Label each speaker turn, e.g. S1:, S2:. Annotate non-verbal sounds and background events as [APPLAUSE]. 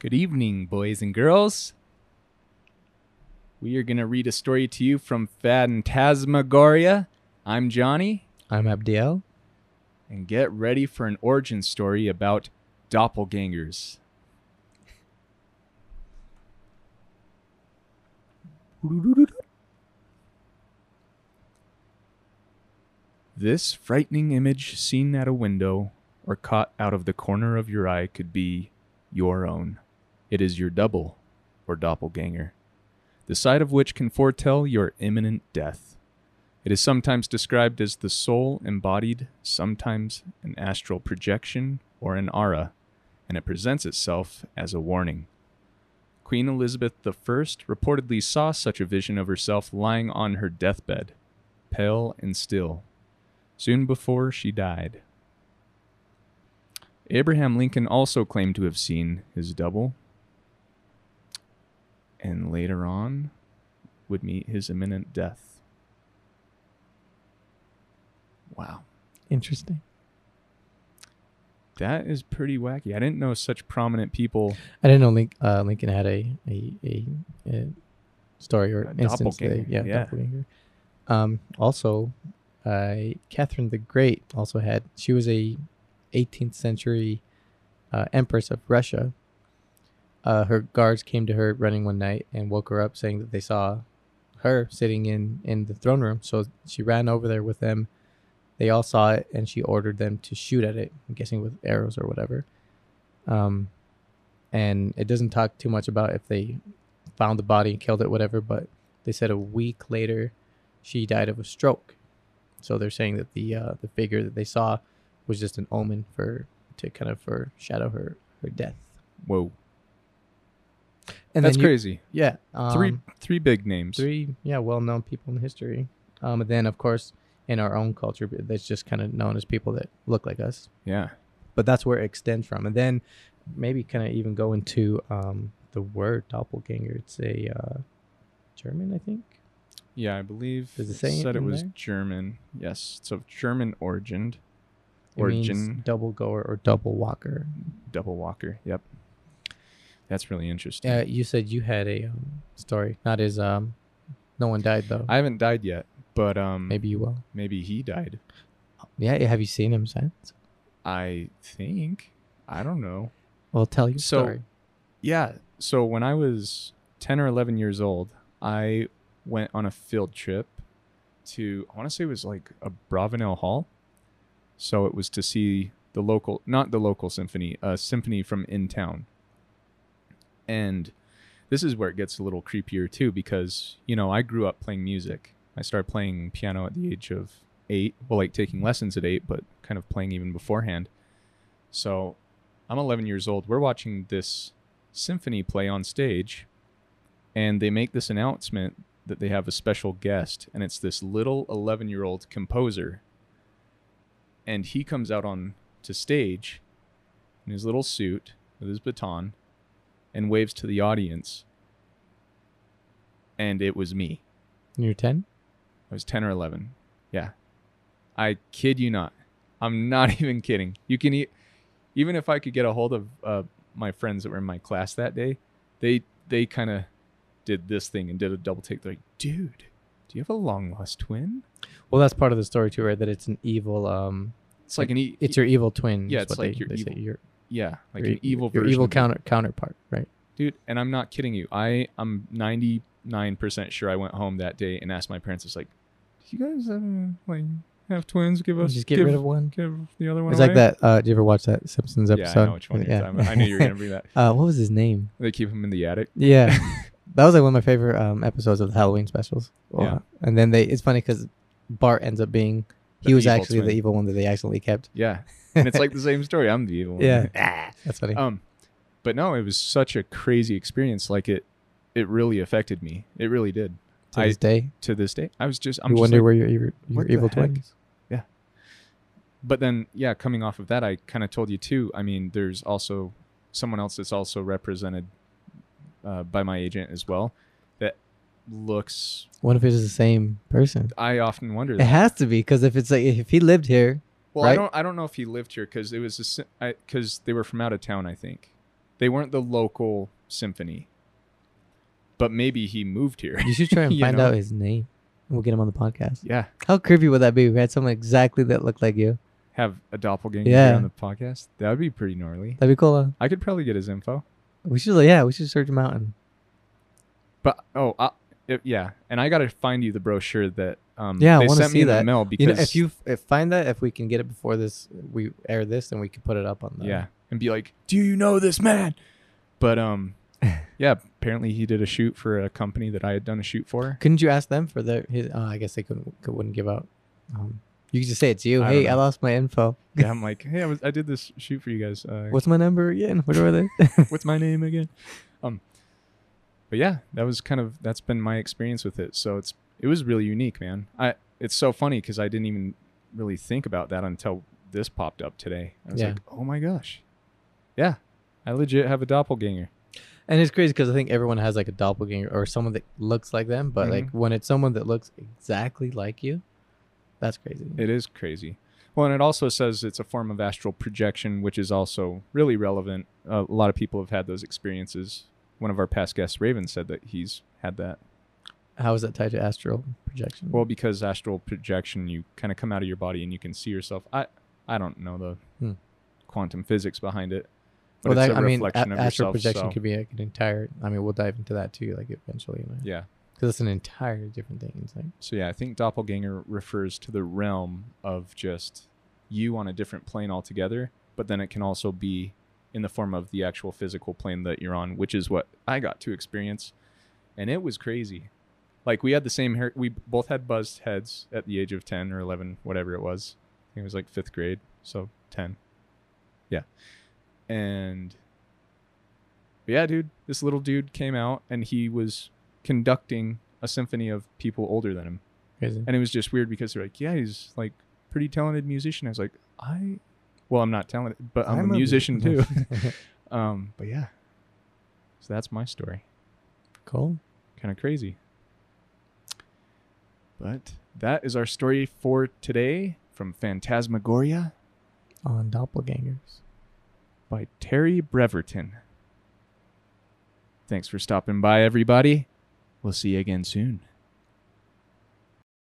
S1: Good evening, boys and girls. We are going to read a story to you from Phantasmagoria. I'm Johnny,
S2: I'm Abdiel.
S1: and get ready for an origin story about doppelgangers. This frightening image seen at a window or caught out of the corner of your eye could be your own. It is your double or doppelganger, the sight of which can foretell your imminent death. It is sometimes described as the soul embodied, sometimes an astral projection or an aura, and it presents itself as a warning. Queen Elizabeth I reportedly saw such a vision of herself lying on her deathbed, pale and still, soon before she died. Abraham Lincoln also claimed to have seen his double, and later on would meet his imminent death. Wow.
S2: Interesting.
S1: That is pretty wacky. I didn't know such prominent people.
S2: I didn't know Link, uh, Lincoln had a a, a, a story or
S1: A
S2: instance. that-
S1: doppelganger,
S2: yeah,
S1: yeah.
S2: doppelganger. Um, also, uh, Catherine the Great also had. She was a 18th century uh, empress of Russia. Uh, her guards came to her running one night and woke her up, saying that they saw her sitting in in the throne room. So she ran over there with them. They all saw it, and she ordered them to shoot at it. I'm guessing with arrows or whatever. Um, and it doesn't talk too much about if they found the body and killed it, whatever. But they said a week later, she died of a stroke. So they're saying that the uh, the figure that they saw was just an omen for to kind of foreshadow her her death.
S1: Whoa.
S2: And
S1: That's
S2: then you-
S1: crazy.
S2: Yeah, um,
S1: three three big names.
S2: three yeah well known people in history. Um, and then of course in our own culture, but that's just kind of known as people that look like us.
S1: Yeah.
S2: but that's where it extends from. And then maybe kind of even go into um, the word doppelganger. It's a uh, German, I think.
S1: Yeah, I believe
S2: Does it say it
S1: said it
S2: in
S1: was
S2: there?
S1: German. Yes. It's of German origin.
S2: It means
S1: Origin.
S2: double goer or double walker.
S1: Double walker. Yep. That's really interesting.
S2: Uh, you said you had a um, story, not as um, no one died though.
S1: I haven't died yet, but um maybe,
S2: maybe you will.
S1: he died.
S2: Yeah, yeah, have you seen him since?
S1: I think. I don't know.
S2: Well, tell your
S1: So-
S2: story.
S1: Yeah. So when I was 10 or 11 years old, I went on a field trip to, I want to say it was like a Bravenel Hall. So it was to see the local, not the local symphony, a symphony from in town. And this is where it gets a little creepier too, because, you know, I grew up playing music. I started playing piano at the age of eight. Well, like taking lessons at eight, but kind of playing even beforehand. So I'm 11 years old. We're watching this symphony play on stage, and they make this announcement that they have a special guest, and it's this little 11 year old composer. And he comes out on to stage in his little suit with his baton and waves to the audience. And it was me.
S2: When you were ten.
S1: I was 10 or 11. Yeah. I kid you not. I'm not [LAUGHS] even kidding. You can eat, even if I could get a hold of uh, my friends that were in my class that day, they they kind of did this thing and did a double take. They're like, dude, do you have a long lost twin?
S2: Well, that's part of the story too, right? That it's an evil. Um,
S1: It's like, an e-
S2: it's your evil twin.
S1: Yeah,
S2: is
S1: it's
S2: what
S1: like
S2: they-
S1: your
S2: they say.
S1: evil-
S2: your
S1: yeah, like
S2: your-
S1: an evil
S2: your
S1: version.
S2: evil
S1: of-
S2: counter counterpart, right?
S1: dude. And I'm not kidding you. I I'm 99 percent sure I went home that day and asked my parents. It's like, do you guys um, like have twins? Give us
S2: Just get
S1: give,
S2: rid of one.
S1: give the other one.
S2: It's like
S1: away?"
S2: that. Uh, did you ever watch that Simpsons episode?
S1: Yeah, I know which one you're talking about. I knew you were gonna bring that.
S2: [LAUGHS] uh, what was
S1: [LAUGHS]
S2: his name?
S1: They keep him in the attic.
S2: Yeah, that was like one of my favorite um, episodes of the Halloween specials.
S1: Yeah.
S2: Uh, and then they. It's funny because Bart ends up being he
S1: The
S2: was
S1: evil
S2: actually the
S1: twin.
S2: evil one that they accidentally kept.
S1: Yeah, and it's like the same story. I'm the evil one.
S2: Yeah,
S1: [LAUGHS]
S2: that's funny.
S1: Um, but no, it was such a crazy experience. Like it, it really affected me. It really did.
S2: to
S1: I-
S2: this day,
S1: To this day, I was just. I'm
S2: you
S1: just
S2: wonder
S1: like,
S2: where your your, your
S1: what the
S2: evil
S1: heck?
S2: twin. is.
S1: but then, yeah, coming off of that, I kind of told you too. I mean, there's also someone else that's also represented uh, by my agent as well. That looks.
S2: What if it's the same person?
S1: I often wonder.
S2: It
S1: That.
S2: has to be because if it's like if he lived here,
S1: Well, I
S2: right?
S1: don't. I don't know if he lived here because it was because they were from out of town. I think They weren't the local symphony, but maybe he moved here. [LAUGHS]
S2: You should try and
S1: You
S2: find
S1: know?
S2: out his name. and We'll get him on the podcast.
S1: yeah,
S2: How creepy would that be? if We had someone exactly that looked like you.
S1: have a doppelganger here
S2: Yeah.
S1: on the podcast. That would be pretty gnarly.
S2: That'd be cool. Huh?
S1: I could probably get his info,
S2: We should, like, yeah, we should search him out. And
S1: but oh, I, it- yeah, and I gotta find you the brochure that um
S2: Yeah, I
S1: they
S2: wanna
S1: sent me
S2: see
S1: in the
S2: that.
S1: mail because
S2: you know, if you f- if find that, if we can get it before this, we air this, then we can put it up on the
S1: [LAUGHS] yeah and be like, do you know this man? But
S2: [LAUGHS]
S1: um, yeah, apparently he did a shoot for a company that I had done a shoot for.
S2: [LAUGHS] Couldn't you ask them for their? His, oh, I guess they couldn't could, wouldn't give out. Um, you could just say it's you.
S1: I
S2: hey,
S1: don't
S2: I
S1: know.
S2: lost my info.
S1: Yeah, I'm like, hey, I, was, I did this shoot for you guys. Uh,
S2: What's my number again? What are they? [LAUGHS]
S1: what's my name again? Um, but yeah, that was kind of that's been my experience with it. So it's it was really unique, man. I it's so funny because I didn't even really think about that until this popped up today. I was
S2: Yeah.
S1: like, oh my gosh, yeah, I legit have a doppelganger.
S2: and it's crazy because I think everyone has like a doppelganger or someone that looks like them. But
S1: Mm-hmm.
S2: like when it's someone that looks exactly like you, that's crazy.
S1: It is crazy. Well, and it also says it's a form of astral projection, which is also really relevant. a lot of people have had those experiences. One of our past guests, Raven, said that he's had that.
S2: How is that tied to astral projection?
S1: Well, because astral projection, you kind of come out of your body and you can see yourself. I I don't know the
S2: Hmm.
S1: quantum physics behind it, but
S2: Well,
S1: it's
S2: that-
S1: a
S2: I mean,
S1: reflection
S2: a-
S1: of yourself.
S2: astral projection
S1: so-
S2: could be like an entire. I mean, we'll dive into that too, like eventually, you know,
S1: yeah.
S2: because it's an entirely different thing. It's like
S1: So yeah, I think doppelganger refers to the realm of just you on a different plane altogether, but then it can also be in the form of the actual physical plane that you're on, which is what I got to experience, and it was crazy. Like we had the same hair. We both had buzzed heads at the age of ten or eleven, whatever it was. I think it was like fifth grade, so ten. Yeah, and but yeah, dude, this little dude came out and he was conducting a symphony of people older than him.
S2: crazy.
S1: And it was just weird because they're like, yeah, he's like pretty talented musician. I was like, I, well, I'm not talented, but I'm, a,
S2: [LAUGHS]
S1: musician too. [LAUGHS] um, but yeah, so that's my story.
S2: cool.
S1: Kind of crazy. But that is our story for today from Phantasmagoria
S2: On doppelgangers.
S1: by Terry Breverton. Thanks for stopping by, everybody. We'll see you again soon.